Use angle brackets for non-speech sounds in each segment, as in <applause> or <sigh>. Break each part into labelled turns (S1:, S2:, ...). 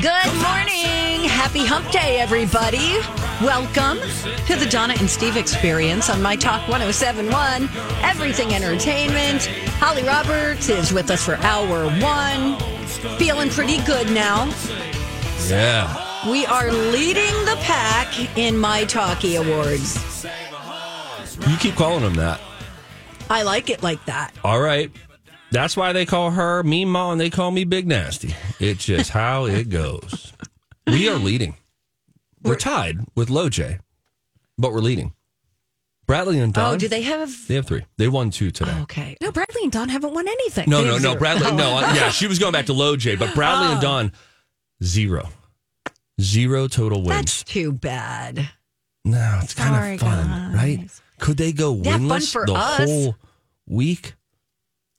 S1: Good morning. Happy hump day, everybody. Welcome to the Donna and Steve experience on My Talk 1071, Everything Entertainment. Holly Roberts is with us for hour one. Feeling pretty good now.
S2: Yeah.
S1: We are leading the pack in My Talkie Awards.
S2: You keep calling him that.
S1: I like it like that.
S2: All right. That's why they call her Mean Ma and they call me Big Nasty. It's just how it goes. We are leading. We're tied with Low J, but we're leading. Bradley and Don.
S1: Oh, do they have?
S2: They have three. They won two today.
S1: Okay. No, Bradley and Don haven't won anything.
S2: No,
S1: They
S2: no,
S1: have
S2: no.
S1: zero.
S2: Bradley,
S1: <laughs> Oh.
S2: no. Yeah, she was going back to Low J, but Bradley and Don, zero. Zero total wins.
S1: That's too bad.
S2: no, it's kind
S1: Sorry,
S2: of fun,
S1: guys.
S2: right? Could they go
S1: Yeah, fun
S2: winless
S1: for
S2: the
S1: us.
S2: whole week?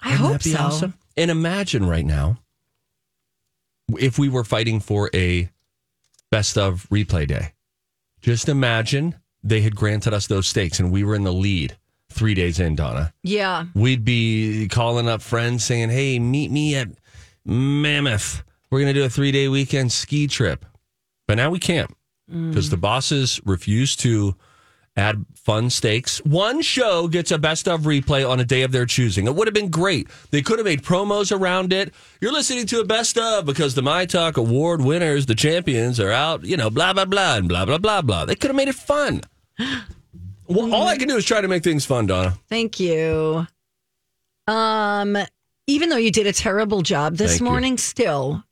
S1: I
S2: Wouldn't
S1: hope
S2: that be
S1: so.
S2: awesome? And imagine right now if we were fighting for a best of replay day. Just imagine they had granted us those stakes and we were in the lead three days in, Donna.
S1: Yeah.
S2: We'd be calling up friends saying, Hey, meet me at Mammoth. We're going to do a three day weekend ski trip. But now we can't because the bosses refuse to add fun stakes. One show gets a best of replay on a day of their choosing. It would have been great. They could have made promos around it. You're listening to a best of because the My Talk Award winners, the champions, are out, you know, blah, blah, blah, and blah, blah, blah, blah. They could have made it fun. Well, all I can do is try to make things fun, Donna.
S1: Thank you. Um, even though you did a terrible job this
S2: Thank you.
S1: morning, still,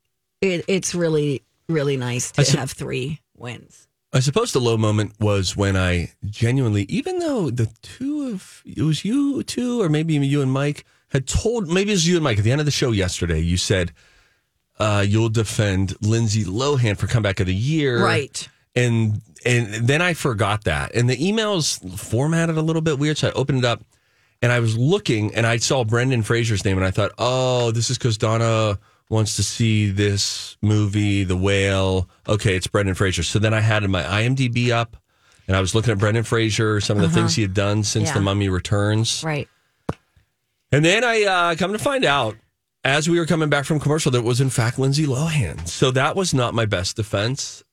S1: it, it's really, really nice to
S2: I sup-
S1: have three wins.
S2: I suppose the low moment was when I genuinely, even though the two of it was you two, or maybe you and Mike had told, maybe it was you and Mike at the end of the show yesterday. You said uh, you'll defend Lindsay Lohan for comeback of the year,
S1: Right.
S2: And and then I forgot that, and the emails formatted a little bit weird, so I opened it up and I was looking and I saw Brendan Fraser's name and I thought, oh, this is because Donna wants to see this movie, The Whale. Okay, it's Brendan Fraser. So then I had my IMDb up and I was looking at Brendan Fraser, some of the things he had done since
S1: Yeah.
S2: The Mummy Returns.
S1: Right.
S2: And then I uh, come to find out as we were coming back from commercial that it was in fact Lindsay Lohan. So that was not my best defense.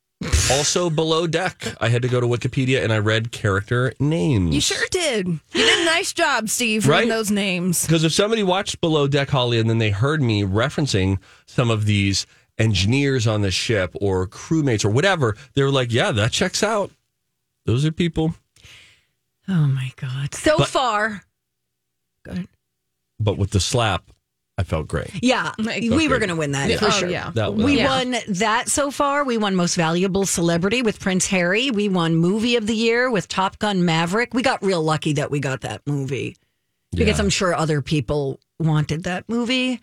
S2: also, below deck, I had to go to Wikipedia and I read character names.
S3: You sure did. You did a nice job, Steve, reading
S2: Right?
S3: those names.
S2: Because if somebody watched Below Deck Holly and then they heard me referencing some of these engineers on the ship or crewmates or whatever, they were like, yeah, that checks out. Those are people.
S1: Oh my God. So
S2: But-
S1: far.
S2: But with the slap, I felt great.
S1: Yeah.
S3: Like-
S1: we
S2: Okay.
S1: were going to win that
S3: Yeah.
S1: for
S3: Oh,
S1: sure.
S3: yeah.
S2: That was
S1: We
S3: Yeah.
S1: won that so far. We won Most Valuable Celebrity with Prince Harry. We won Movie of the Year with Top Gun Maverick. We got real lucky that we got that movie because
S2: Yeah.
S1: I'm sure other people wanted that movie.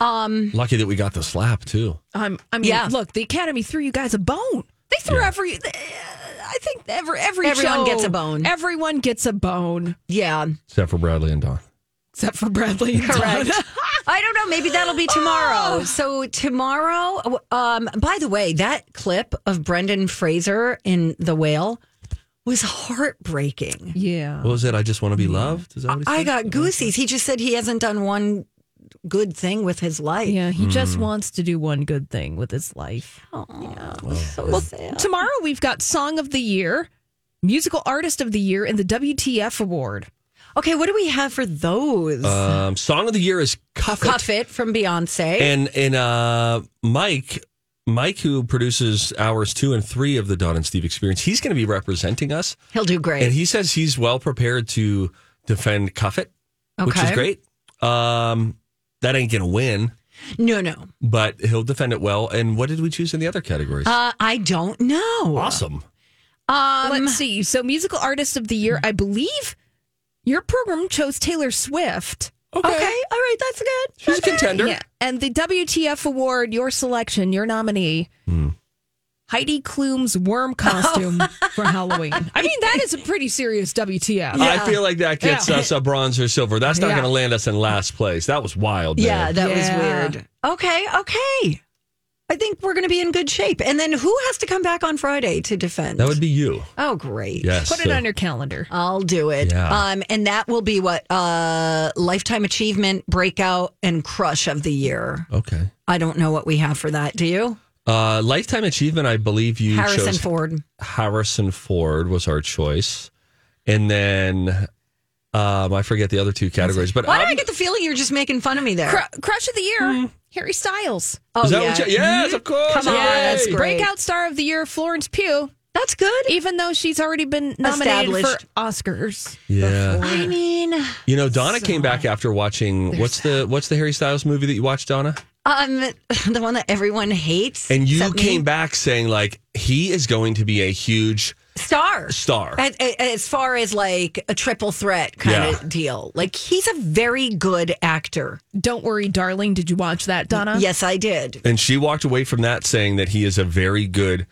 S1: Um,
S2: lucky that we got the slap too.
S3: Um, I mean,
S1: Yeah.
S3: look, the Academy threw you guys a bone. They threw
S2: Yeah.
S3: every. th- I think every every
S1: Everyone
S3: show-
S1: gets a bone.
S3: Everyone gets a bone,
S1: yeah.
S2: Except for Bradley and Don.
S3: except for Bradley. and
S1: Correct. <laughs>
S3: Donna.
S1: I don't know. Maybe that'll be tomorrow. So tomorrow, um, by the way, that clip of Brendan Fraser in The Whale was heartbreaking.
S3: yeah.
S2: What was it? I just want to be loved? Is that what he
S1: Mm. I
S2: said?
S1: got goosies. He just said he hasn't done one good thing with his life.
S3: Yeah, he just wants to do one good thing with his life.
S1: Yeah, it was so sad.
S3: Tomorrow we've got Song of the Year, Musical Artist of the Year, and the WTF Award.
S1: Okay, what do we have for those?
S2: Um, Song of the Year is Cuff It.
S1: Cuff It from Beyonce.
S2: And, and uh, Mike, Mike, who produces hours two and three of the Don and Steve experience, he's going to be representing us.
S1: He'll do
S2: And
S1: great.
S2: he says he's well prepared to defend Cuffett, which is
S1: Okay.
S2: great. Um, that ain't going to win,
S1: no, no.
S2: but he'll defend it well. And what did we choose in the other categories?
S1: Uh, I don't know.
S2: awesome.
S1: Um,
S3: Let's see. So, musical artist of the year, I believe your program chose Taylor Swift.
S1: okay. All right. That's good.
S2: She's a
S1: <laughs>
S2: contender.
S3: Yeah. And the WTF award, your selection, your nominee,
S1: Hmm.
S3: Heidi Klum's worm costume
S1: Oh.
S3: for Halloween. I mean, that is a pretty serious WTF.
S2: I feel like that gets us a bronze or silver. That's not
S3: Yeah.
S2: going to land us in last place. That was wild. Man.
S1: Yeah, that
S3: Yeah.
S1: was weird. Okay, okay. I think we're going to be in good shape. And then who has to come back on Friday to defend?
S2: that would be you.
S1: oh, great.
S2: Yes.
S3: Put it
S2: so-
S3: on your calendar.
S1: I'll do it.
S2: Yeah.
S1: Um, and that will be what uh, lifetime achievement, breakout, and crush of the year.
S2: Okay.
S1: I don't know what we have for that. Do you?
S2: Uh, lifetime achievement. I believe you
S1: Harrison
S2: chose
S1: Ford.
S2: Harrison Ford was our choice, and then um, I forget the other two categories. But um,
S1: Why do
S2: I'm-
S1: I get the feeling you're just making fun of me there?
S3: Cru- crush of the year, Harry Styles.
S1: Hmm. oh,
S2: is that
S1: yeah.
S2: what you, yes, of course.
S1: Come on, that's
S2: yay.
S1: great.
S3: Breakout star of the year, Florence Pugh.
S1: That's good.
S3: Even though she's already been nominated for
S1: Established.
S3: Oscars,
S2: Yeah,
S1: I mean,
S2: you know Donna came back after watching what's the what's the Harry Styles movie that you watched, Donna?
S1: um, the one that everyone hates.
S2: And you
S1: except me.
S2: came back saying like he is going to be a huge
S1: star.
S2: star.
S1: As, as far as like a triple threat kind
S2: Yeah.
S1: of deal. Like he's a very good actor.
S3: don't worry, darling. Did you watch that, Donna?
S1: Yes, I did.
S2: And she walked away from that saying that he is a very good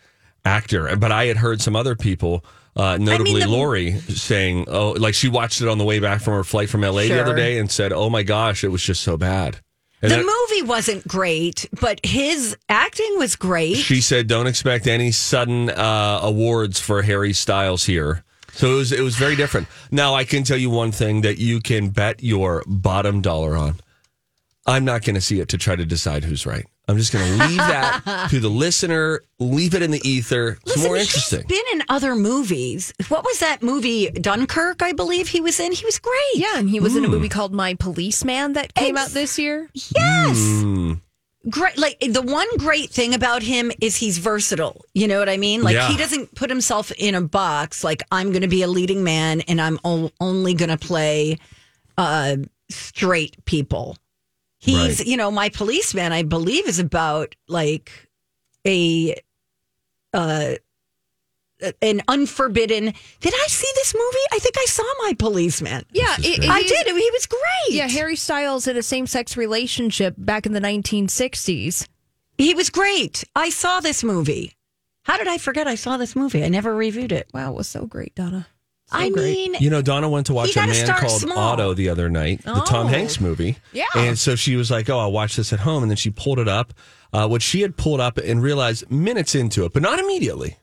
S2: actor. But I had heard some other people, uh, notably
S1: the-
S2: Lori, saying, oh, like she watched it on the way back from her flight from LA the other
S1: Sure.
S2: day and said, oh my gosh, it was just so bad. And
S1: the
S2: then
S1: movie wasn't great, but his acting was great.
S2: she said, don't expect any sudden uh, awards for Harry Styles here. So it was, it was very different. Now, I can tell you one thing that you can bet your bottom dollar on. I'm not going to see it to try to decide who's right. I'm just going to leave
S1: <laughs>
S2: that to the listener, leave it in the ether. It's
S1: Listen,
S2: more
S1: he's
S2: interesting.
S1: been in other movies. What was that movie? Dunkirk, I believe he was in. He was great.
S3: Yeah, and he was
S1: Hmm.
S3: in a movie called My Policeman that came out this year.
S1: Yes.
S2: Hmm.
S1: Great. Like the one great thing about him is he's versatile. You know what I mean? Like
S2: Yeah.
S1: he doesn't put himself in a box. Like I'm going to be a leading man and I'm o- only going to play uh, straight people. He's,
S2: Right.
S1: you know, my policeman. I believe is about like a uh, an unforbidden. Did I see this movie? I think I saw my policeman.
S3: Yeah,
S2: is
S3: it-
S2: great.
S3: it
S1: I
S3: is-
S1: did. He was great.
S3: Yeah, Harry Styles had a same sex relationship back in the 1960s.
S1: He was great. I saw this movie. How did I forget I saw this movie? I never reviewed it.
S3: Wow, it was so great, Donna. So
S1: I
S3: great.
S1: mean,
S2: You know, Donna went to watch a
S1: gotta
S2: man
S1: start
S2: called
S1: small. Oh.
S2: Otto the other night, the Tom Hanks movie.
S3: Yeah.
S2: And so she was like, oh, I'll watch this at home. And then she pulled it up. Uh, what she had pulled up and realized minutes into it, but not immediately,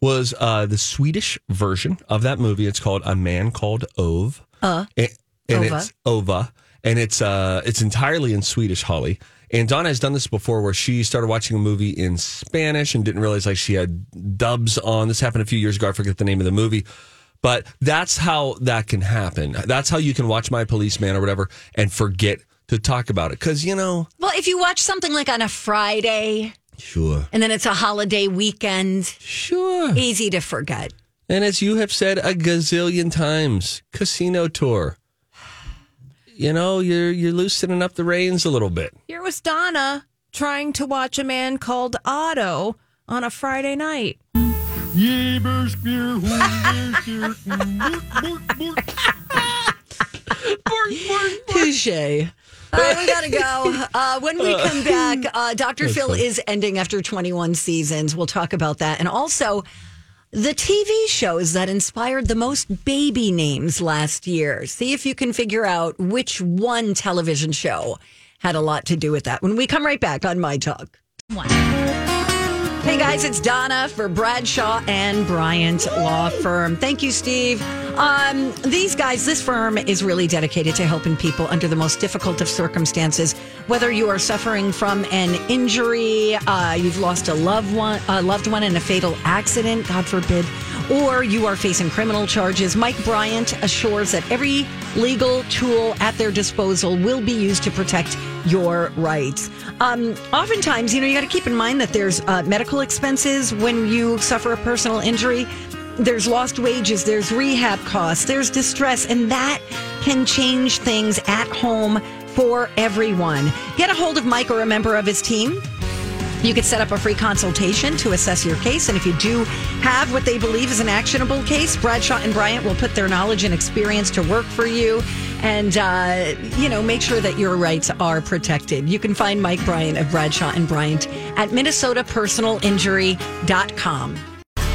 S2: was uh, the Swedish version of that movie. It's called A Man Called Ove. Uh, and, and
S1: Ova.
S2: it's Ova. And it's, uh, it's entirely in Swedish, Holly. And Donna has done this before where she started watching a movie in Spanish and didn't realize like she had dubs on. This happened a few years ago. I forget the name of the movie. But that's how that can happen. That's how you can watch My Policeman or whatever and forget to talk about it. Because, you know,
S1: well, if you watch something like on a Friday
S2: sure,
S1: and then it's a holiday
S3: <laughs>
S1: weekend,
S2: sure.
S1: easy to forget.
S2: And as you have said a gazillion times, casino tour. You know, you're you're loosening up the reins a little bit.
S3: Here was Donna trying to watch a man called Otto on a Friday night.
S1: Touche. All right, we gotta go. Uh, when we come back, uh, Dr. Phil is ending after 21 seasons. We'll talk about that. And also, the TV shows that inspired the most baby names last year. See if you can figure out which one television show had a lot to do with that. When we come right back on My Talk. Hey guys, it's Donna for Bradshaw and Bryant Law Firm. Thank you, Steve. Um, these guys, this firm is really dedicated to helping people under the most difficult of circumstances. Whether you are suffering from an injury, uh, you've lost a loved one, a loved one in a fatal accident, God forbid, or you are facing criminal charges, Mike Bryant assures that every legal tool at their disposal will be used to protect your rights. Um, oftentimes, you know, you got to keep in mind that there's uh, medical expenses when you suffer a personal injury. There's lost wages, there's rehab costs, there's distress, and that can change things at home for everyone. Get a hold of Mike or a member of his team. You could set up a free consultation to assess your case, and if you do have what they believe is an actionable case, Bradshaw and Bryant will put their knowledge and experience to work for you, and uh, you know make sure that your rights are protected. You can find Mike Bryant of Bradshaw and Bryant at MinnesotaPersonalInjury.com.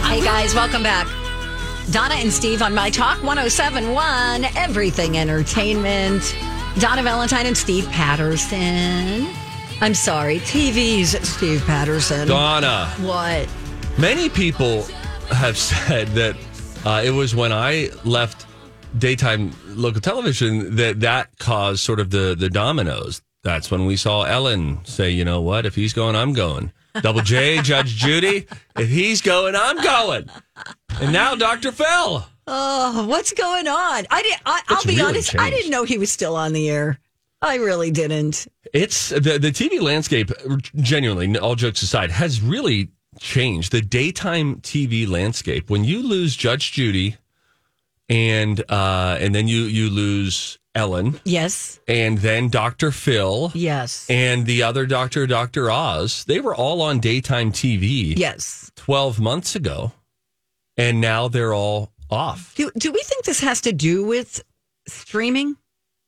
S1: Hey guys, welcome back. Donna and Steve on My Talk 1071, Everything Entertainment. Donna Valentine and Steve Patterson. I'm sorry, TV's Steve Patterson.
S2: Donna.
S1: What?
S2: Many people have said that uh, it was when I left daytime local television that that caused sort of the the dominoes. That's when we saw Ellen say, "You know what? If he's going, I'm going." Double J, Judge Judy. If he's going, I'm going. And now Dr. Phil.
S1: Oh, what's going on? I did. I, I'll
S2: It's
S1: be
S2: really
S1: honest. I
S2: changed.
S1: didn't know he was still on the air. I really didn't.
S2: It's the the TV landscape. Genuinely, all jokes aside, has really changed the daytime TV landscape. When you lose Judge Judy, and uh, and then you you lose Ellen,
S1: Yes.
S2: and then Doctor Phil,
S1: Yes.
S2: and the other doctor, Doctor Oz. They were all on daytime TV
S1: yes.
S2: twelve months ago, and now they're all off.
S1: Do, do we think this has to do with streaming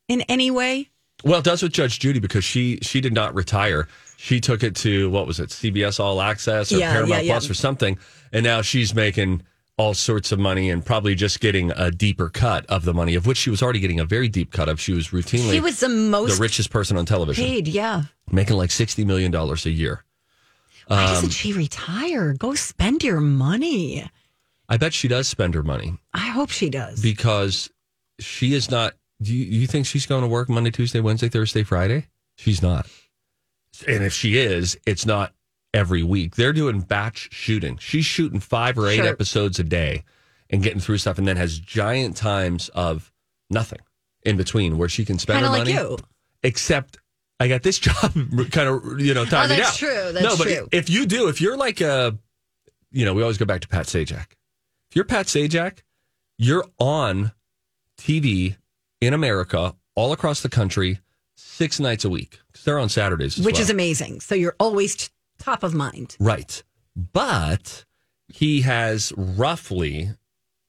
S1: in any way?
S2: Well, it does with Judge Judy because she she did not retire. She took it to what was it, CBS All Access or
S1: Yeah,
S2: Paramount
S1: yeah, yeah.
S2: Plus or something, and now she's making all sorts of money and probably just getting a deeper cut of the money of which she was already getting a very deep cut of. She was routinely
S1: She was the most
S2: the richest person on television,
S1: paid. Yeah.
S2: making like sixty million dollars a year. Um,
S1: Why doesn't she retire? Go spend your money.
S2: I bet she does spend her money
S1: I hope she does.
S2: because she is not. Do you, you think she's going to work Monday, Tuesday, Wednesday, Thursday, Friday? She's not. And if she is, it's not every week. They're doing batch shooting. She's shooting five or eight
S1: Sure.
S2: episodes a day and getting through stuff, and then has giant times of nothing in between where she can spend
S1: Kind
S2: her
S1: of like
S2: money.
S1: you.
S2: Except I got this <laughs> job, kind of you know.
S3: Oh,
S2: Time
S1: Oh, that's
S2: out.
S1: true. That's
S2: no, but
S1: true.
S2: if you do, if you're like a, you know, we always go back to Pat Sajak. If you're Pat Sajak, you're on TV in America, all across the country, six nights a week. 'Cause they're on Saturdays, as
S1: which
S2: well.
S1: is amazing. So you're always t- top of mind.
S2: Right. But he has roughly,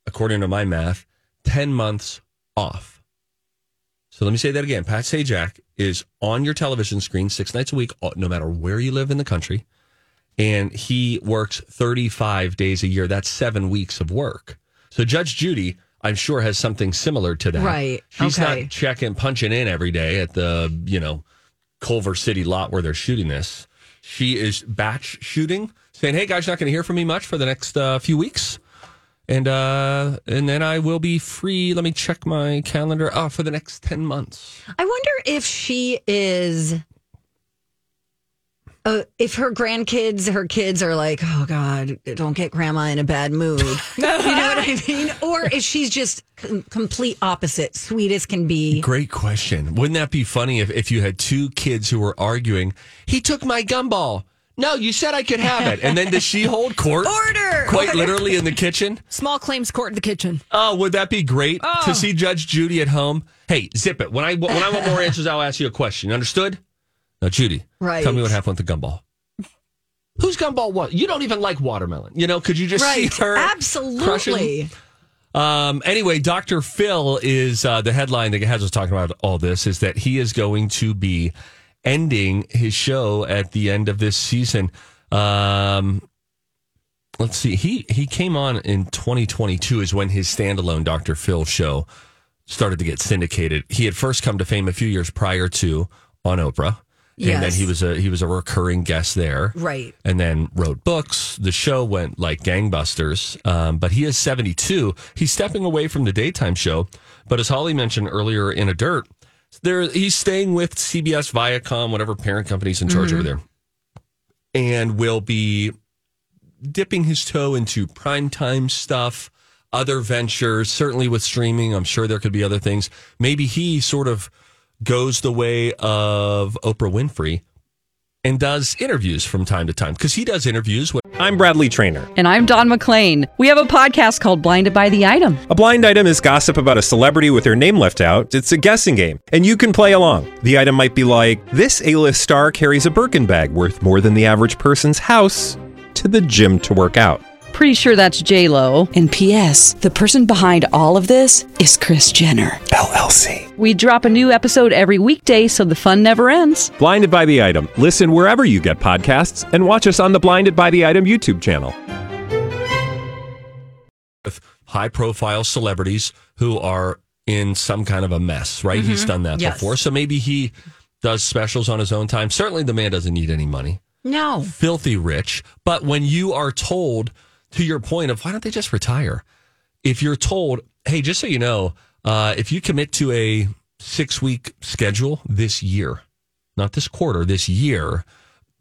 S2: according to my math, 10 months off. So let me say that again. Pat Sajak is on your television screen six nights a week, uh, no matter where you live in the country. And he works 35 days a year. That's seven weeks of work. So Judge Judy, I'm sure, has something similar to that.
S1: Right.
S2: She's
S1: Okay.
S2: not checking, punching in every day at the, you know, Culver City lot where they're shooting this. She is batch shooting, saying, "Hey guys, you're not going to hear from me much for the next uh, few weeks, and uh, and then I will be free. Let me check my calendar. Oh, for the next ten months.
S1: I wonder if she is. Uh, if her grandkids, her kids are like, oh God, don't get grandma in a bad
S3: <laughs>
S1: mood. you know what I mean? Or if she's just com- complete opposite, sweet as can be.
S2: Great question. Wouldn't that be funny if if you had two kids who were arguing? He took my gumball. No, you said I could have it. And then does she hold court?
S1: Order!
S2: Quite literally in the kitchen.
S3: Small claims court in the kitchen.
S2: Oh, would that be great
S1: Oh.
S2: to see Judge Judy at home? Hey, zip it. When I when I want
S1: <laughs>
S2: more answers, I'll ask you a question. Understood? Now, Judy,
S1: Right.
S2: Tell me what happened with the gumball. Whose gumball was? You don't even like watermelon. You know? Could you just
S1: Right.
S2: see her? crushing?
S1: Absolutely.
S2: Um, anyway, Dr. Phil is uh, the headline that has us talking about all this is that he is going to be ending his show at the end of this season. Um, let's see. He he came on in 2022 is when his standalone Dr. Phil show started to get syndicated. He had first come to fame a few years prior to on Oprah. And then
S1: Yes.
S2: he was a he was a recurring guest there
S1: Right.
S2: and then wrote books. The show went like gangbusters. Um, but he is 72. He's stepping away from the daytime show. But as Holly mentioned earlier in a dirt, there he's staying with CBS, Viacom, whatever parent company's in charge over there, and will be dipping his toe into primetime stuff. other ventures. Certainly with streaming, I'm sure there could be other things. Maybe he sort of goes the way of Oprah Winfrey and does interviews from time to time because he does interviews. When-
S4: I'm Bradley Trainer.
S5: And I'm Don McClain. We have a podcast called Blinded by the Item.
S4: A blind item is gossip about a celebrity with their name left out. It's a guessing game, and you can play along. The item might be like this: A-list star carries a Birkin bag worth more than the average person's house to the gym to work out.
S5: Pretty sure that's J Lo.
S6: And P.S. The person behind all of this is Chris Jenner.
S4: LLC.
S5: We drop a new episode every weekday, so the fun never ends.
S4: Blinded by the item. Listen wherever you get podcasts, and watch us on the Blinded by the Item YouTube channel.
S2: with high profile celebrities who are in some kind of a mess, right? He's done that
S1: Yes.
S2: before. So maybe he does specials on his own time. Certainly the man doesn't need any money,
S1: No.
S2: filthy rich. But when you are told, to your point of why don't they just retire? If you're told, hey, just so you know, uh, if you commit to a six week schedule this year, not this quarter, this year,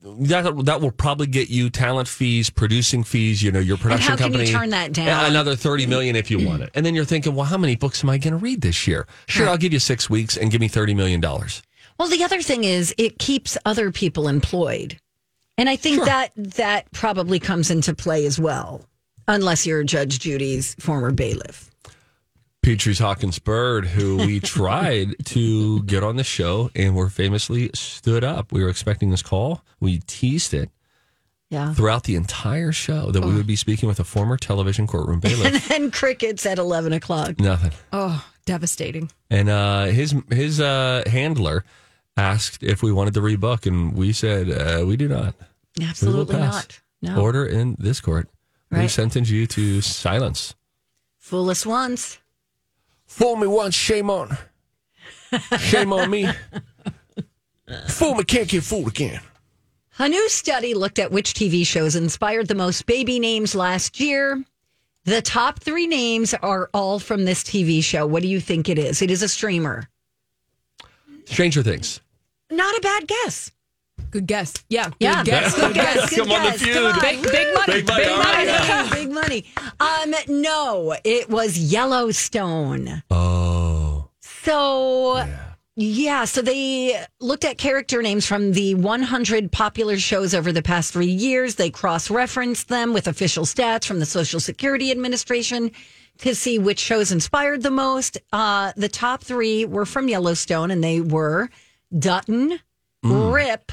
S2: that that will probably get you talent fees, producing fees. You know, your production
S1: how can you
S2: company. uh,
S1: turn that down?
S2: Another thirty million if you want it, and then you're thinking, well, how many books am I going to read this year? Sure, I'll give you six weeks and give me thirty million dollars.
S1: Well, the other thing is it keeps other people employed. And I think that that probably comes into play as well, unless you're Judge Judy's former bailiff. <laughs>
S2: Petrie's Hawkins Bird, who we tried to get on the show and were famously stood up. We were expecting this call. We teased it
S1: Yeah.
S2: throughout the entire show that we would be speaking with a former television courtroom
S1: <laughs>
S2: bailiff.
S1: And crickets at 11 o'clock.
S2: Nothing.
S3: Oh, devastating.
S2: And uh, his his uh, handler asked if we wanted to rebook, and we said uh, we do not. We will
S1: Absolutely
S2: pass.
S1: not. No.
S2: Order in this court. We
S1: Right.
S2: sentence you to silence.
S1: Fool us once.
S2: Fool me once, shame on. Shame on me. Fool me can't get fooled again.
S1: A new study looked at which TV shows inspired the most baby names last year. The top three names are all from this TV show. What do you think it is? It is a streamer.
S2: Stranger Things.
S1: Not a bad guess.
S3: Good guess. Yeah. Good
S1: Yeah.
S3: guess. Good
S2: <laughs>
S3: guess.
S2: Come on, the
S1: guess.
S2: feud.
S1: Come on.
S3: Big, big money.
S2: Big money.
S3: Big
S2: All
S3: money.
S1: <laughs> Big money. Um, no, it was Yellowstone.
S2: Oh.
S1: So yeah. so they looked at character names from the 100 popular shows over the past 3 years. They cross-referenced them with official stats from the Social Security Administration to see which shows inspired the most. Uh, the top 3 were from Yellowstone and they were Dutton, Rip,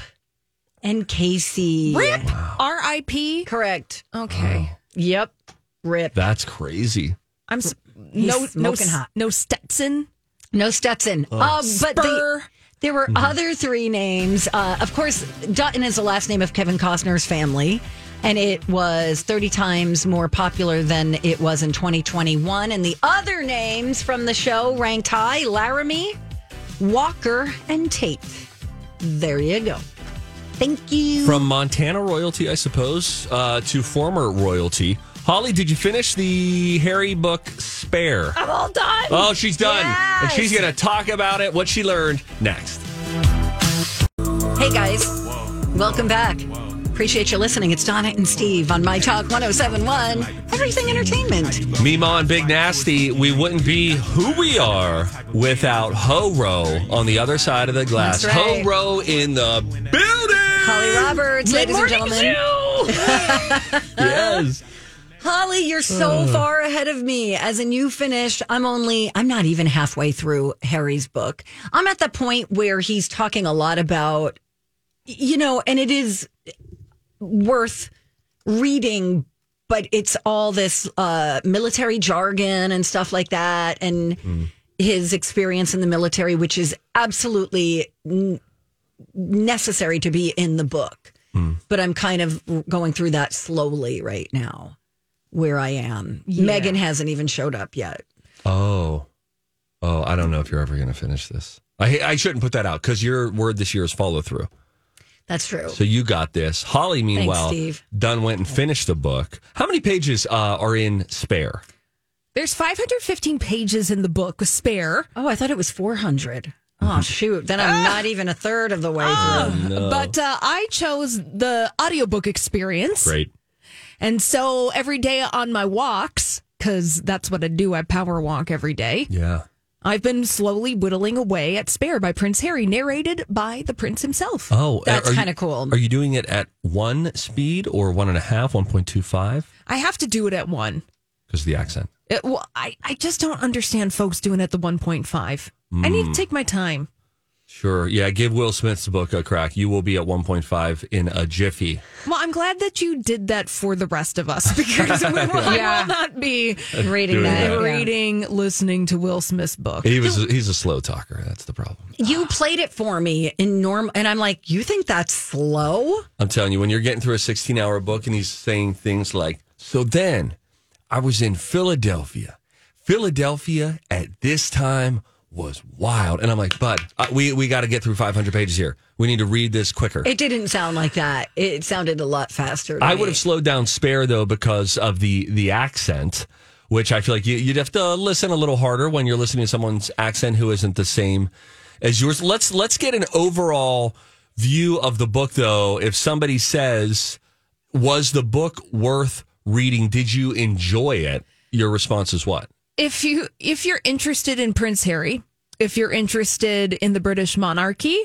S1: and Casey.
S3: Rip. R.I.P.
S1: Correct.
S3: Okay.
S1: Yep. Rip.
S2: That's crazy.
S3: I'm s- no no
S1: smoking
S3: s-
S1: hot.
S3: No Stetson.
S1: No Stetson. Uh, but they,
S3: Spur.
S1: there were other three names. Uh, of course, Dutton is the last name of Kevin Costner's family, and it was 30 times more popular than it was in 2021. And the other names from the show ranked high Laramie, Walker, and Tate. There you go. Thank you.
S2: From Montana royalty, I suppose, uh, to former royalty. Holly, did you finish the Harry book Spare?
S1: I'm all done.
S2: Oh, she's done. And
S1: Yes.
S2: she's going to talk about it, what she learned next.
S1: Hey guys, welcome back. Appreciate you listening. It's Donna and Steve on My Talk 1071, Everything Entertainment.
S2: Mima and Big Nasty, we wouldn't be who we are without Ho Row on the other side of the glass.
S1: That's
S2: Ho
S1: right.
S2: Row in the building.
S1: Holly Roberts, ladies and gentlemen. <laughs>
S2: Yes.
S1: Holly, you're so far ahead of me. As in, you finished. I'm only, I'm not even halfway through Harry's book. I'm at the point where he's talking a lot about, you know, and it is worth reading, but it's all this uh, military jargon and stuff like that. And his experience in the military, which is absolutely n- necessary to be in the book. But I'm kind of going through that slowly right now where I am. Megan hasn't even showed up yet.
S2: Oh. Oh, I don't know if you're ever going to finish this. I, I shouldn't put that out because your word this year is follow through.
S1: That's true.
S2: So you got this. Holly, meanwhile,
S1: Steve.
S2: done went and finished the book. How many pages uh, are in Spare?
S3: There's 515 pages in the book. Spare.
S1: oh, I thought it was 400.
S2: Mm-hmm.
S1: Oh, shoot. Then I'm not even a third of the way through.
S3: But uh, I chose the audiobook experience.
S2: Great.
S3: And so every day on my walks, because that's what I do. I power walk every day.
S2: Yeah.
S3: I've been slowly whittling away at Spare by Prince Harry, narrated by the prince himself.
S2: Oh,
S1: That's
S2: are you-
S1: kinda cool.
S2: Are you doing it at one speed or one and a half, 1.25?
S3: I have to do it at one.
S2: Because the accent.
S3: It, well, I, I just don't understand folks doing it at the 1.5. I
S2: Mm.
S3: need to take my time.
S2: Sure. Yeah. Give Will Smith's book a crack. You will be at 1.5 in a jiffy.
S3: Well, I'm glad that you did that for the rest of us <laughs>
S2: <laughs>
S3: because we will, I will not be
S2: Doing
S5: Reading
S2: that.
S5: that.
S3: reading, listening to Will Smith's book.
S2: He was. He's a slow talker. That's the problem.
S1: You played it for me in normal, and I'm like, you think that's slow?
S2: I'm telling you, when you're getting through a 16 hour book and he's saying things like, So then I was in Philadelphia. Philadelphia at this time was wild. And I'm like, Bud, uh, we, we got to get through 500 pages here. We need to read this quicker.
S1: It didn't sound like that. It sounded a lot faster. to
S2: I
S1: me.
S2: would have slowed down spare though because of the the accent, which I feel like you, you'd have to listen a little harder when you're listening to someone's accent who isn't the same as yours. Let's let's get an overall view of the book though. If somebody says, "Was the book worth reading? Did you enjoy it?" Your response is what?
S3: if you if you're interested in Prince Harry, if you're interested in the British monarchy,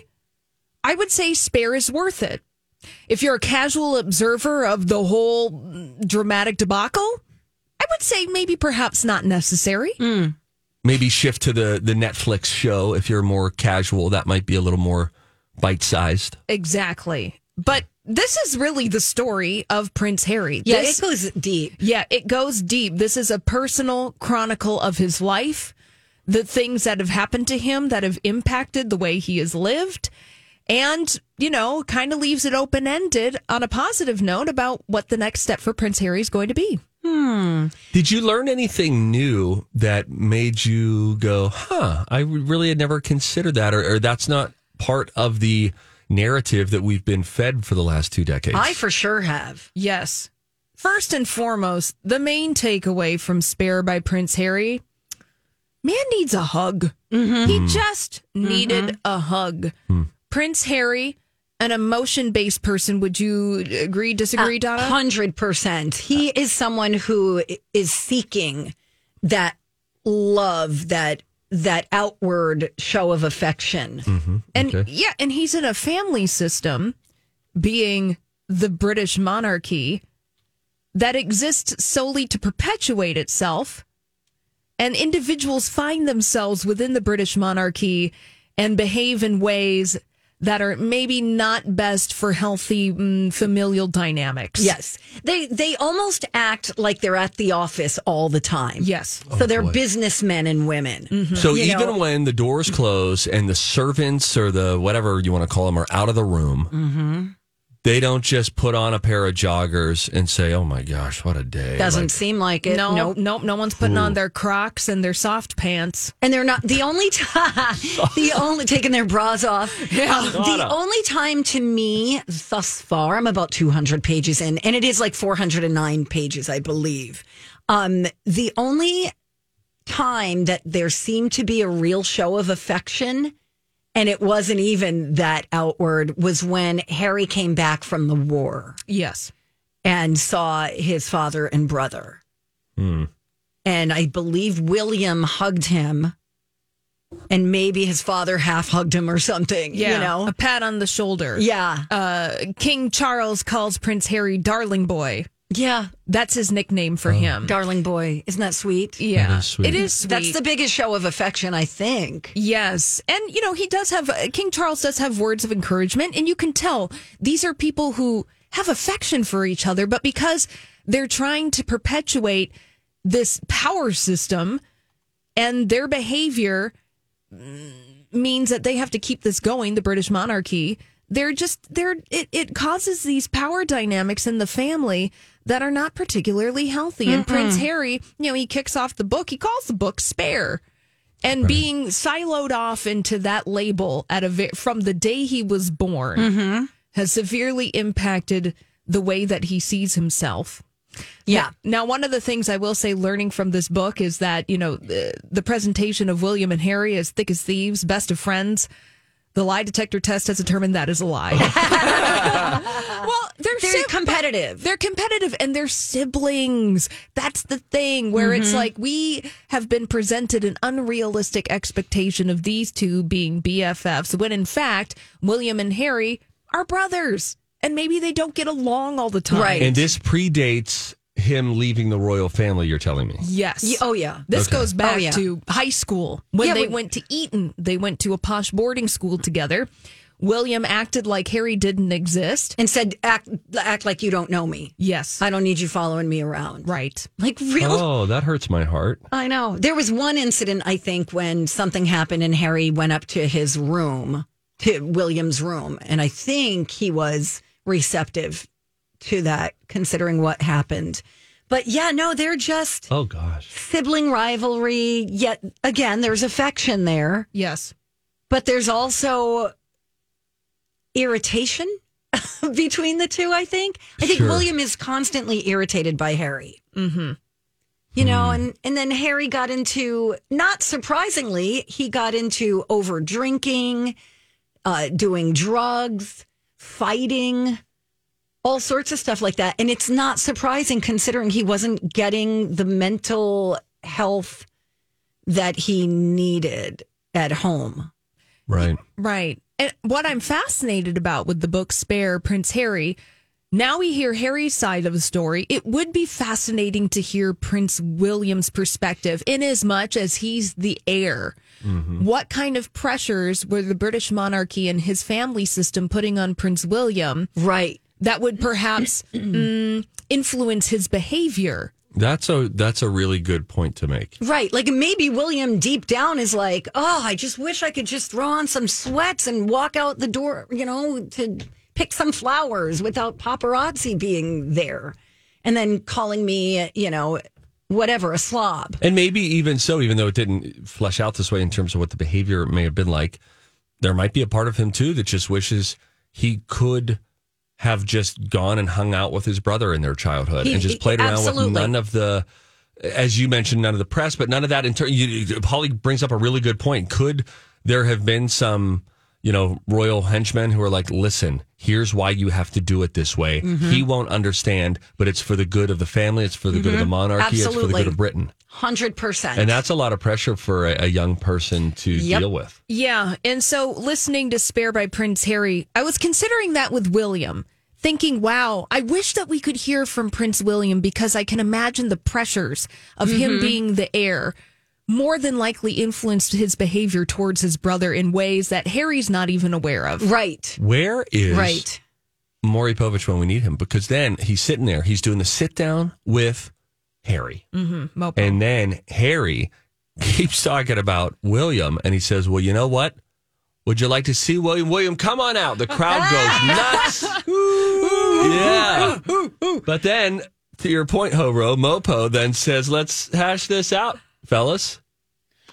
S3: I would say Spare is worth it. If you're a casual observer of the whole mm, dramatic debacle, I would say maybe perhaps not necessary.
S1: Mm.
S2: Maybe shift to the the Netflix show if you're more casual. That might be a little more bite sized.
S3: Exactly. But this is really the story of Prince Harry.
S1: Yeah,
S3: This-
S1: it goes deep.
S3: Yeah, it goes deep. This is a personal chronicle of his life, the things that have happened to him that have impacted the way he has lived, and, you know, kind of leaves it open ended on a positive note about what the next step for Prince Harry is going to be.
S2: Did you learn anything new that made you go, huh, I really had never considered that, or, or that's not part of the narrative that we've been fed for the last two decades?
S1: I for sure have.
S3: Yes. First and foremost, the main takeaway from Spare by Prince Harry man needs a hug. He just needed a hug. Prince Harry, an emotion based person, would you agree, disagree,
S1: Uh,
S3: Donna?
S1: Hundred percent. He is someone who i- is seeking that love, that that outward show of affection.
S2: Mm-hmm.
S3: And yeah, and he's in a family system, being the British monarchy, that exists solely to perpetuate itself. And individuals find themselves within the British monarchy and behave in ways that are maybe not best for healthy mm, familial dynamics.
S1: Yes, they they almost act like they're at the office all the time.
S3: Yes. Mm-hmm.
S1: so they're businessmen and women.
S2: so
S1: you
S2: even
S1: know-
S2: when the doors close and the servants or the whatever you want to call them are out of the room,
S1: Mm-hmm.
S2: they don't just put on a pair of joggers and say, oh my gosh, what a day.
S1: Doesn't
S2: Like,
S1: seem like it.
S3: No,
S1: Nope.
S3: nope, no one's putting on their Crocs and their soft pants.
S1: And they're not the only time, <laughs> the only taking their bras off. Um, the only time to me thus far, I'm about 200 pages in, and it is like 409 pages, I believe. Um, the only time that there seemed to be a real show of affection, and it wasn't even that outward, was when Harry came back from the war
S3: Yes.
S1: and saw his father and brother. And I believe William hugged him, and maybe his father half hugged him or something.
S3: Yeah.
S1: You know?
S3: a pat on the shoulder.
S1: Yeah.
S3: Uh, King Charles calls Prince Harry darling boy.
S1: yeah.
S3: That's his nickname for him.
S1: Darling boy. Isn't that sweet?
S3: yeah.
S2: Oh. That is sweet.
S3: It is sweet.
S1: That's the biggest show of affection, I think.
S3: Yes. And, you know, he does have, uh, King Charles does have words of encouragement. And you can tell these are people who have affection for each other, but because they're trying to perpetuate this power system and their behavior mm, means that they have to keep this going, the British monarchy. They're just, they're, it, it causes these power dynamics in the family that are not particularly healthy. And Prince Harry, you know, he kicks off the book, he calls the book Spare and being siloed off into that label at a ve- from the day he was born has severely impacted the way that he sees himself.
S1: Yeah.
S3: Now, one of the things I will say learning from this book is that, you know, the, the presentation of William and Harry as thick as thieves, best of friends, The lie detector test has determined that is a lie. <laughs> well, they're,
S1: They're
S3: sim-
S1: competitive.
S3: They're competitive and they're siblings. That's the thing where it's like we have been presented an unrealistic expectation of these two being BFFs when in fact, William and Harry are brothers and maybe they don't get along all the time.
S1: Right.
S2: And this predates him leaving the royal family, you're telling me.
S3: Yes.
S1: Ye- oh, yeah.
S3: This
S2: Okay.
S3: goes back
S1: Oh, yeah.
S3: to high school when
S1: Yeah,
S3: they
S1: but-
S3: went to Eton. They went to a posh boarding school together. William acted like Harry didn't exist.
S1: and said, act, act like you don't know me.
S3: Yes.
S1: I don't need you following me around.
S3: right.
S1: Like, real
S2: Oh, that hurts my heart.
S1: I know. There was one incident, I think, when something happened and Harry went up to his room, to William's room. And I think he was receptive to that, considering what happened. But yeah, no, they're just
S2: Oh, gosh.
S1: sibling rivalry. Yet again, there's affection there,
S3: Yes.
S1: but there's also irritation <laughs> between the two, I think. I think
S2: Sure.
S1: William is constantly irritated by Harry you know and and then harry got into not surprisingly he got into over drinking uh doing drugs fighting all sorts of stuff like that and it's not surprising considering he wasn't getting the mental health that he needed at home
S2: Right.
S3: Right. And what I'm fascinated about with the book Spare Prince Harry, now we hear Harry's side of the story. It would be fascinating to hear Prince William's perspective, in as much as he's the heir. What kind of pressures were the British monarchy and his family system putting on Prince William
S1: right
S3: that would perhaps mm, influence his behavior?
S2: That's a that's a really good point to make.
S1: Right. Like maybe William deep down is like, oh, I just wish I could just throw on some sweats and walk out the door, you know, to pick some flowers without paparazzi being there and then calling me, you know, whatever, a slob.
S2: And maybe even so, even though it didn't flesh out this way in terms of what the behavior may have been like, there might be a part of him too that just wishes he could have just gone and hung out with his brother in their childhood
S1: He-
S2: and
S1: he-
S2: just played around
S1: absolutely.
S2: with none of the, as you mentioned, none of the press, but none of that. In turn, you, Polly brings up a really good point. Could there have been some? You know, royal henchmen who are like, listen, here's why you have to do it this way.
S1: Mm-hmm.
S2: He won't understand, but it's for the good of the family. It's for the good of the monarchy. It's for the
S1: Mm-hmm. Absolutely.
S2: good of Britain.
S1: 100%.
S2: And that's a lot of pressure for a, a young person to deal with.
S3: Yeah. And so listening to Spare by Prince Harry, I was considering that with William, thinking, wow, I wish that we could hear from Prince William because I can imagine the pressures of him being the heir more than likely influenced his behavior towards his brother in ways that Harry's not even aware of.
S1: right.
S2: Where is
S1: Right.
S2: Maury Povich when we need him? Because then he's sitting there, he's doing the sit down with Harry.
S3: Mopo.
S2: And then Harry <laughs> keeps talking about William and he says, Well, you know what? Would you like to see William? William, come on out. The crowd goes nuts. yeah. But then, to your point, Horo, Mopo then says, Let's hash this out, fellas.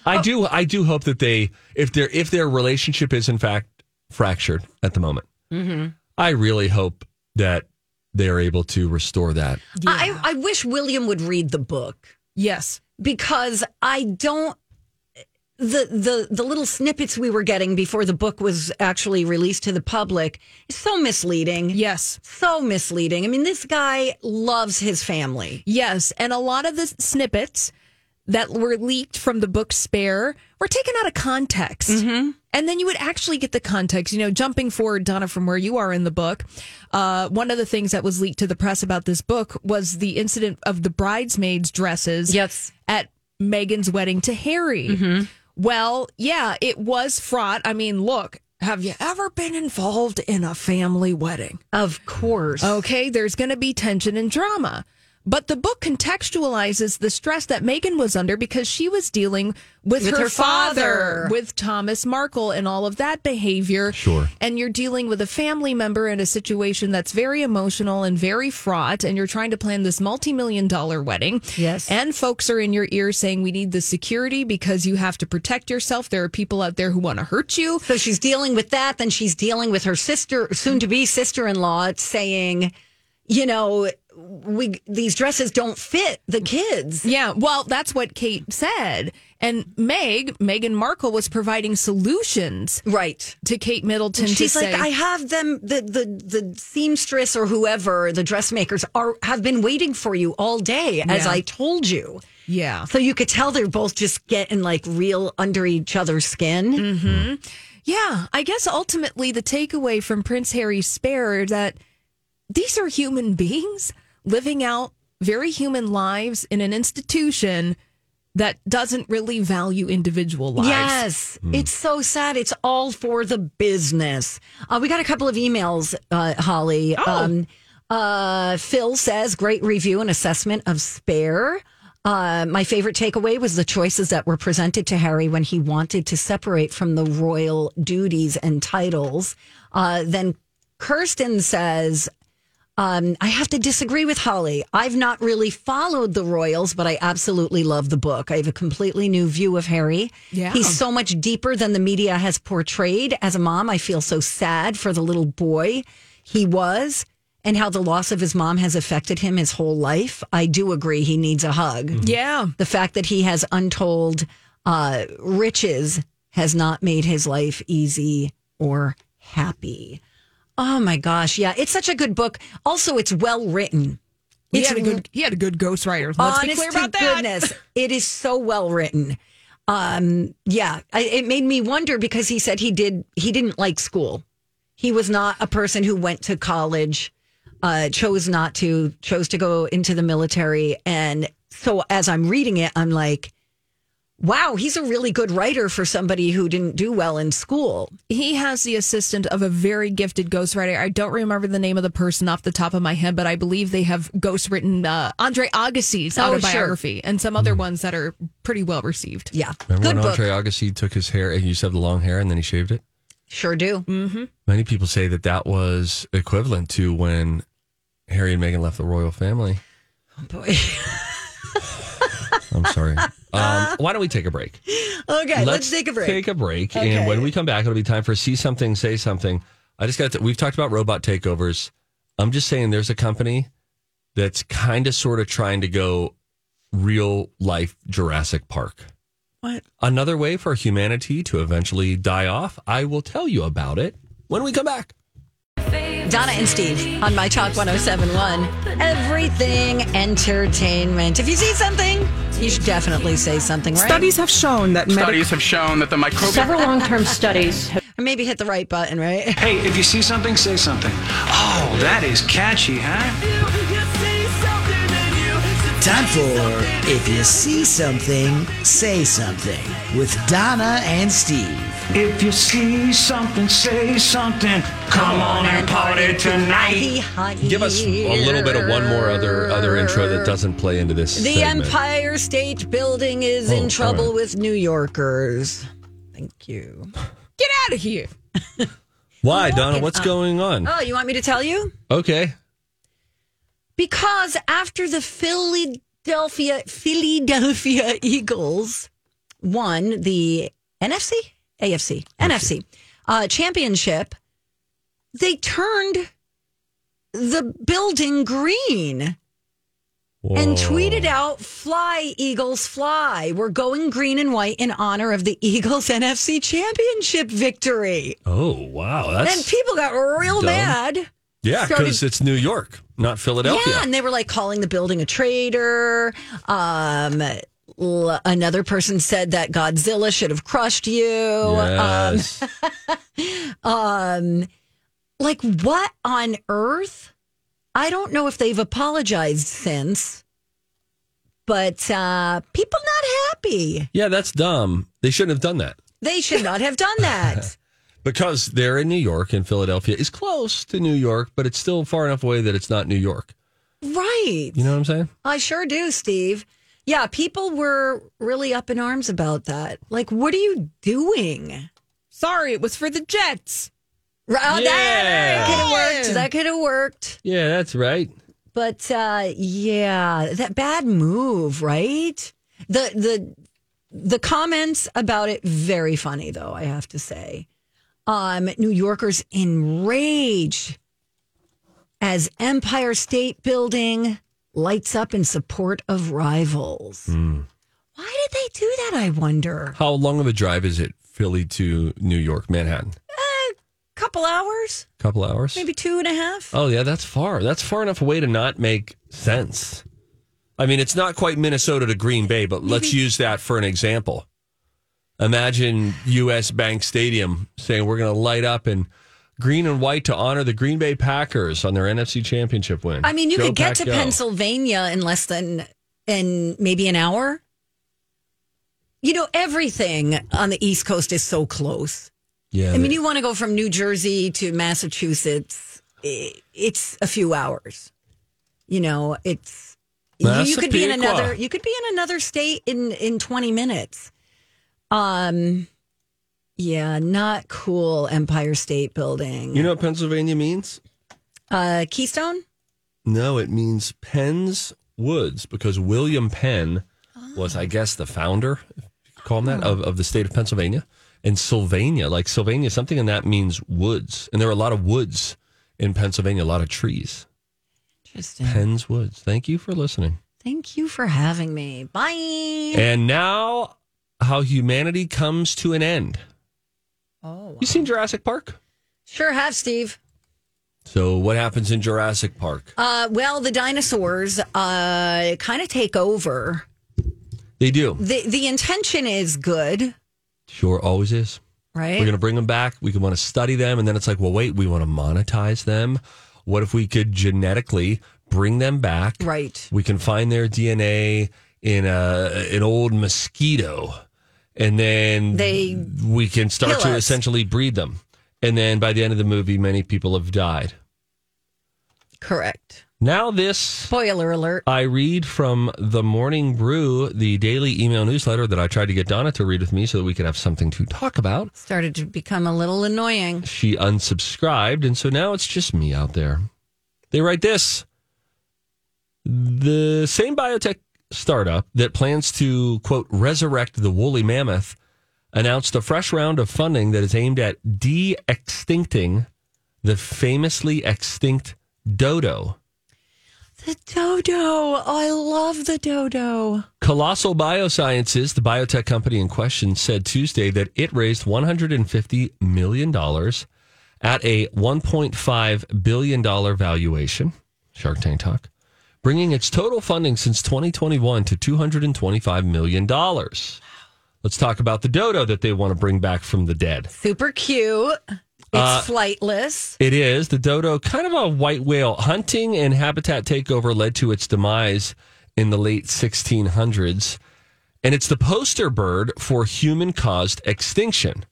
S2: I do I do hope that they if their if their relationship is in fact fractured at the moment. I really hope that they are able to restore that.
S1: I, I wish William would read the book.
S3: Yes.
S1: because I don't the the the little snippets we were getting before the book was actually released to the public is so misleading.
S3: Yes.
S1: So misleading. I mean, this guy loves his family.
S3: Yes, and a lot of the snippets that were leaked from the book Spare were taken out of context. And then you would actually get the context. You know, jumping forward, Donna, from where you are in the book, uh, one of the things that was leaked to the press about this book was the incident of the bridesmaids' dresses
S1: Yes.
S3: at Megan's wedding to Harry. Well, yeah, it was fraught. I mean, look, have you ever been involved in a family wedding?
S1: Of course.
S3: Okay, there's going to be tension and drama. But the book contextualizes the stress that Megan was under because she was dealing with,
S1: With
S3: her,
S1: her
S3: father,
S1: father.
S3: with Thomas Markle, and all of that behavior.
S2: Sure.
S3: And you're dealing with a family member in a situation that's very emotional and very fraught, and you're trying to plan this multi million dollar wedding.
S1: Yes.
S3: And folks are in your ear saying, We need the security because you have to protect yourself. There are people out there who want to hurt you.
S1: So she's dealing with that. Then she's dealing with her sister, soon to be sister in law, saying, you know, we these dresses don't fit the kids.
S3: Yeah, well, that's what Kate said. And Meg, Meghan Markle, was providing solutions
S1: Right.
S3: to Kate Middleton. to
S1: She's like,
S3: say,
S1: I have them. The, the the seamstress or whoever the dressmakers are have been waiting for you all day, as
S3: Yeah.
S1: I told you.
S3: yeah.
S1: So you could tell they're both just getting like real under each other's skin.
S3: Yeah, I guess ultimately the takeaway from Prince Harry's spare that these are human beings living out very human lives in an institution that doesn't really value individual lives.
S1: Yes, it's so sad. It's all for the business. Uh, we got a couple of emails, uh, Holly. Um, uh, Phil says, great review and assessment of Spare. Uh, my favorite takeaway was the choices that were presented to Harry when he wanted to separate from the royal duties and titles. Uh, then Kirsten says, um, I have to disagree with Holly. I've not really followed the Royals, but I absolutely love the book. I have a completely new view of Harry.
S3: Yeah.
S1: He's so much deeper than the media has portrayed. As a mom, I feel so sad for the little boy he was and how the loss of his mom has affected him his whole life. I do agree he needs a hug.
S3: Yeah.
S1: The fact that he has untold uh, riches has not made his life easy or happy. Oh my gosh. Yeah. It's such a good book. Also, it's well written.
S3: He
S1: It's
S3: had a good he had a good ghostwriter. Let's be
S1: honest
S3: clear
S1: to
S3: about that. <laughs>
S1: goodness. It is so well written. Um, yeah. I, it made me wonder because he said he did, he didn't like school. He was not a person who went to college, uh, chose not to, chose to go into the military. And so as I'm reading it, I'm like, wow, he's a really good writer for somebody who didn't do well in school.
S3: He has the assistant of a very gifted ghostwriter. I don't remember the name of the person off the top of my head, but I believe they have ghostwritten uh, Andre Agassi's
S1: Oh, sure.
S3: autobiography and some other ones that are pretty well received.
S1: Yeah.
S2: Remember
S1: good
S2: when
S1: book.
S2: Andre Agassi took his hair and he used to have the long hair and then he shaved it?
S1: Sure do.
S3: Mm-hmm.
S2: Many people say that that was equivalent to when Harry and Meghan left the royal family.
S1: Oh, boy. <laughs>
S2: I'm sorry. um, why don't we take a break?
S1: okay. Let's, take a break.
S2: Take a break, and when we come back, it'll be time for see something, say something. I just got. To, we've talked about robot takeovers. I'm just saying, there's a company that's kind of sort of trying to go real life Jurassic Park. What? Another way for humanity to eventually die off. I will tell you about it when we come back.
S1: Donna and Steve on My Talk 1071. Everything entertainment. If you see something, you should definitely say something, right?
S7: Studies have shown that medical
S8: Studies have shown that the microbial.
S1: Or maybe hit the right button, right?
S8: Hey, if you see something, say something. Oh, that is catchy, huh?
S9: Time for If You See Something, Say Something with Donna and Steve.
S8: If you see something, say something. Come on and party tonight.
S2: Give us a little bit of one more other other intro that doesn't play into this.
S1: The
S2: segment.
S1: Empire State Building is
S2: Oh, all
S1: in trouble
S2: right.
S1: with New Yorkers. Thank you.
S3: Get out of here.
S2: Why, Donna? What's going on?
S1: Oh, you want me to tell you?
S2: Okay.
S1: Because after the Philadelphia Philadelphia Eagles won the NFC AFC NFC uh, championship, they turned the building green and
S2: Whoa.
S1: tweeted out fly eagles fly we're going green and white in honor of the eagles nfc championship victory
S2: Oh wow, that's
S1: and people got real
S2: dumb.
S1: mad
S2: Yeah,
S1: started-
S2: because it's New York, not Philadelphia.
S1: Yeah, and they were like calling the building a traitor. Um, l- another person said that Godzilla should have crushed you. uh,
S2: Yes.
S1: Um, like what on earth? I don't know if they've apologized since, but uh, people not happy.
S2: yeah, that's dumb. They shouldn't have done that
S1: They should not have done
S2: <laughs>
S1: that.
S2: because they're in New York, and Philadelphia is close to New York, but it's still far enough away that it's not New York.
S1: right.
S2: You know what I'm saying?
S1: I sure do, Steve. Yeah, people were really up in arms about that. Like, what are you doing?
S3: Sorry, it was for the Jets.
S1: Right,
S2: Yeah.
S1: That could have
S3: Yeah.
S1: worked. That could have worked.
S2: Yeah, that's right.
S1: But uh, yeah, that bad move, right? The the the comments about it very funny though. I have to say, um, New Yorkers enraged as Empire State Building lights up in support of rivals. Why did they
S3: do that? I wonder.
S2: How long of a drive is it, Philly to New York, Manhattan?
S1: Couple hours,
S2: couple hours?
S1: maybe two and a half.
S2: Oh, yeah, that's far. That's far enough away to not make sense. I mean, it's not quite Minnesota to Green Bay, but let's use that for an example. Imagine U.S. Bank Stadium saying we're going to light up in green and white to honor the Green Bay Packers on their NFC Championship win.
S1: I mean, you
S2: Go
S1: could get
S2: Pack
S1: to
S2: Go.
S1: Pennsylvania in less than in maybe an hour. You know, everything on the East Coast is so close.
S2: Yeah,
S1: I mean,
S2: they-
S1: you want to go from New Jersey to Massachusetts, i- it's a few hours. You know, it's you, you could be in
S2: Massapequa.
S1: another you could be in another state in in 20 minutes. Um yeah, not cool Empire State Building.
S2: you know what Pennsylvania means?
S1: uh Keystone?
S2: No, it means Penn's Woods because William Penn was, I guess, the founder, if you call him that, of, of the state of Pennsylvania. And Sylvania, like Sylvania, something in that means woods. And there are a lot of woods in Pennsylvania, a lot of trees.
S1: Interesting.
S2: Penn's Woods. Thank you for listening.
S1: Thank you for having me. Bye.
S2: And now, how humanity comes to an end.
S1: Oh.
S2: You seen Jurassic Park?
S1: Sure have, Steve.
S2: So, what happens in Jurassic Park?
S1: Uh well, the dinosaurs uh kind of take over.
S2: They do.
S1: The the intention is good,
S2: Sure, always is.
S1: right?
S2: We're going to bring them back. We can want to study them. And then it's like, well, wait, we want to monetize them. What if we could genetically bring them back?
S1: Right.
S2: We can find their DNA in a, an old mosquito. And then
S1: They
S2: we can start
S1: kill
S2: to
S1: us.
S2: essentially breed them. And then by the end of the movie, many people have died.
S1: Correct.
S2: Now, this
S1: Spoiler alert.
S2: I read from the Morning Brew, the daily email newsletter that I tried to get Donna to read with me so that we could have something to talk about.
S1: Started to become a little annoying.
S2: she unsubscribed, and so now it's just me out there. They write this The same biotech startup that plans to, quote, resurrect the woolly mammoth announced a fresh round of funding that is aimed at de extincting the famously extinct dodo.
S1: The dodo. Oh, I love the dodo.
S2: Colossal Biosciences, the biotech company in question, said Tuesday that it raised $150 million at a $1.5 billion valuation, Shark Tank Talk, bringing its total funding since 2021 to $225 million. Let's talk about the dodo that they want to bring back from the dead.
S1: Super cute. It's flightless.
S2: It is. The dodo, kind of a white whale. Hunting and habitat takeover led to its demise in the late 1600s. And it's the poster bird for human caused extinction.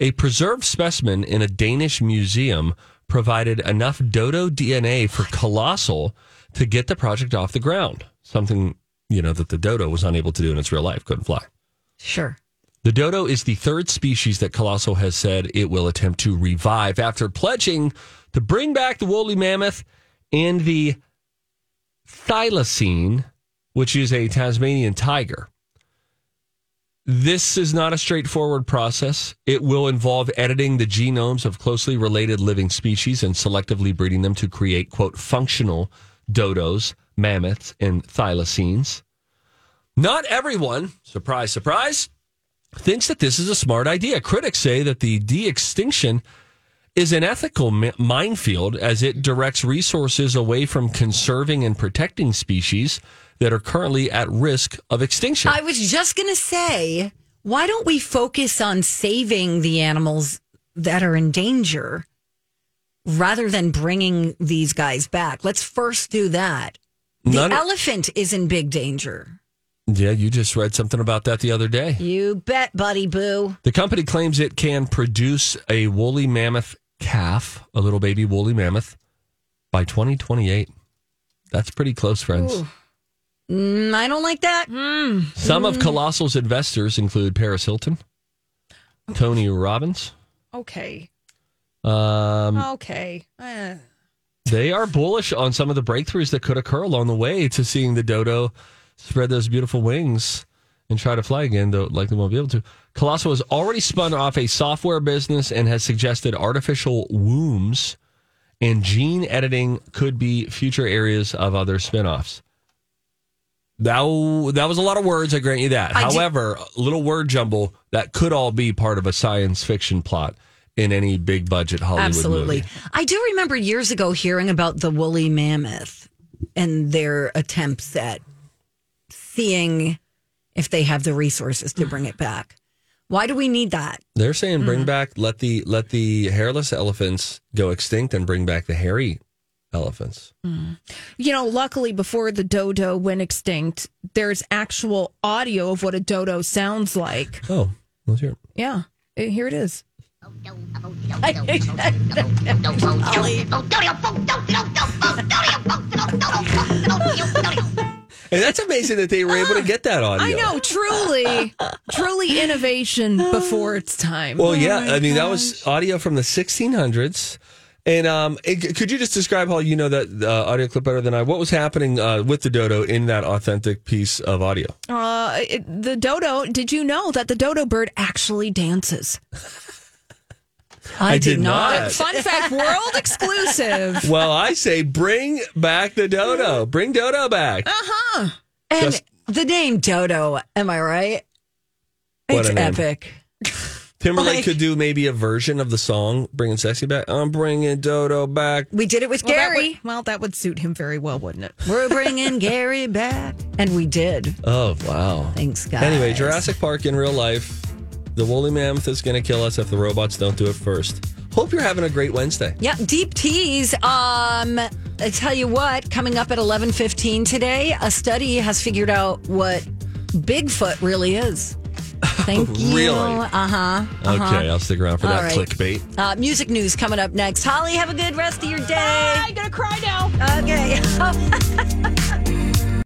S2: A preserved specimen in a Danish museum provided enough dodo DNA for Colossal to get the project off the ground. Something, you know, that the dodo was unable to do in its real life, couldn't fly.
S1: Sure.
S2: The dodo is the third species that Colossal has said it will attempt to revive after pledging to bring back the woolly mammoth and the thylacine, which is a Tasmanian tiger. This is not a straightforward process. It will involve editing the genomes of closely related living species and selectively breeding them to create, quote, functional dodos, mammoths, and thylacines. Not everyone, surprise, surprise, thinks that this is a smart idea. Critics say that the de extinction is an ethical mi- minefield as it directs resources away from conserving and protecting species that are currently at risk of extinction.
S1: I was just going to say, why don't we focus on saving the animals that are in danger rather than bringing these guys back? Let's first do that. The
S2: None-
S1: elephant is in big danger.
S2: yeah, you just read something about that the other day.
S1: You bet, buddy boo.
S2: The company claims it can produce a woolly mammoth calf, a little baby woolly mammoth, by 2028. That's pretty close, friends.
S1: Mm, I don't like that.
S2: Some of Colossal's investors include Paris Hilton, Tony Robbins.
S3: Okay.
S2: Um,
S3: Okay. Eh.
S2: They are bullish on some of the breakthroughs that could occur along the way to seeing the dodo spread those beautiful wings and try to fly again, though likely won't be able to. Colossal has already spun off a software business and has suggested artificial wombs and gene editing could be future areas of other spinoffs. That, w- that was a lot of words, I grant you that.
S3: I do-
S2: However, a little word jumble that could all be part of a science fiction plot in any big budget Hollywood
S1: Absolutely.
S2: movie.
S1: I do remember years ago hearing about the woolly mammoth and their attempts at seeing if they have the resources to bring it back. Why do we need that?
S2: They're saying bring back let the let the hairless elephants go extinct and bring back the hairy elephants.
S3: you know, luckily before the dodo went extinct, there's actual audio of what a dodo sounds like.
S2: Oh, let's hear it.
S3: Yeah, eh, here it is.
S2: And that's amazing that they were able to get that audio.
S3: I know, truly, truly innovation before its time.
S2: Well, yeah, I mean that was audio from the 1600s. And um, it, could you just describe how you know that uh, audio clip better than I? What was happening uh, with the dodo in that authentic piece of audio?
S3: Uh, it, the dodo. Did you know that the dodo bird actually dances?
S2: I did not.
S3: Fun fact, world exclusive.
S2: <laughs> Well, I say bring back the dodo. Bring dodo back. Uh-huh.
S1: And
S2: Just-
S1: the name Dodo, am I right?
S2: What
S1: it's
S2: a name.
S1: epic.
S2: Timberlake
S1: Like-
S2: could do maybe a version of the song "Bringing Sexy Back." I'm bringing Dodo back.
S1: We did it with
S3: Well, that
S1: Gary.
S3: would- well, that would suit him very well, wouldn't it?
S1: <laughs> We're bringing Gary back. And we did.
S2: Oh wow!
S1: Thanks, guys.
S2: Anyway, Jurassic Park in real life, the woolly mammoth is going to kill us if the robots don't do it first. Hope you're having a great Wednesday.
S1: Yeah, deep tease. Um, I tell you what, coming up at eleven fifteen today, a study has figured out what Bigfoot really is. Thank you.
S2: <laughs> Really?
S1: Uh huh.
S2: Okay, I'll stick around for
S1: All
S2: that
S1: right.
S2: clickbait.
S1: Uh, music news coming up <laughs> next. Holly, have a good rest of your day. I'm gonna cry now. Okay.